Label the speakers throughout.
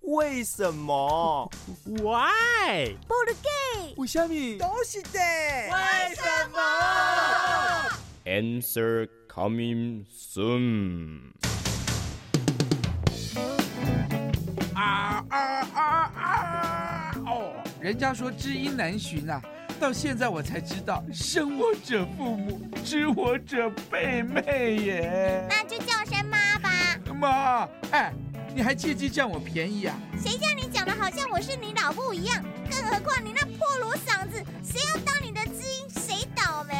Speaker 1: 为什么？
Speaker 2: Why？
Speaker 3: 不如给
Speaker 1: 为什么？
Speaker 4: 都是的。
Speaker 1: 为什么？
Speaker 5: Answer coming soon。
Speaker 4: 啊哦，人家说知音难寻呐、到现在我才知道，生我者父母，知我者辈妹耶。
Speaker 3: 那就叫声妈吧。
Speaker 4: 妈，哎，你还借机占我便宜啊？
Speaker 3: 谁叫你讲的好像我是你老婆一样？更何况你那破锣嗓子，谁要当你的知音，谁倒霉。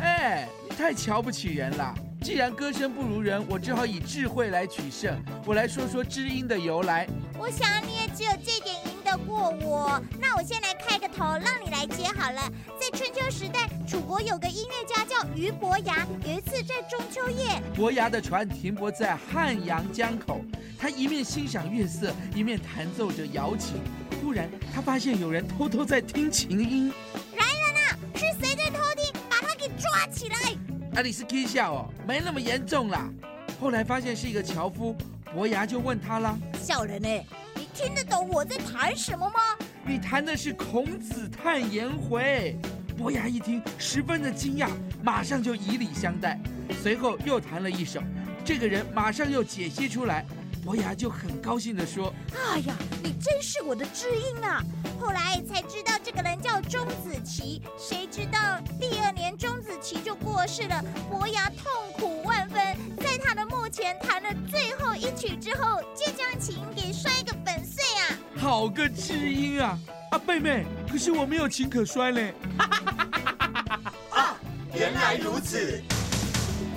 Speaker 4: 哎，你太瞧不起人了。既然歌声不如人，我只好以智慧来取胜。我来说说知音的由来。
Speaker 3: 我想你也只有这点赢得过我。那我先来开个头，让你来接好了。在春秋时代，楚国有个音乐家叫俞伯牙。有一次在中秋夜，
Speaker 4: 伯牙的船停泊在汉阳江口，他一面欣赏月色，一面弹奏着瑶琴。忽然，他发现有人偷偷在听琴音。
Speaker 3: 来人啊，是谁在偷听？把他给抓起来！
Speaker 4: 啊，你是 K 笑哦，没那么严重啦。后来发现是一个樵夫，伯牙就问他啦
Speaker 3: 小人呢、你听得懂我在谈什么吗？：“
Speaker 4: 你弹的是孔子叹颜回？”伯牙一听，十分的惊讶，马上就以礼相待。随后又弹了一首，这个人马上又解析出来，伯牙就很高兴地说
Speaker 3: 哎呀，你真是我的知音啊！后来才知道这个人叫钟子期，谁知道第二年钟子期就过世了，伯牙痛苦万分，在他的墓前弹了最后一曲之后，就将琴给摔个粉碎啊！：“
Speaker 4: 好个知音啊！”啊，贝妹，可是我没有琴可摔嘞。
Speaker 1: 原来如此。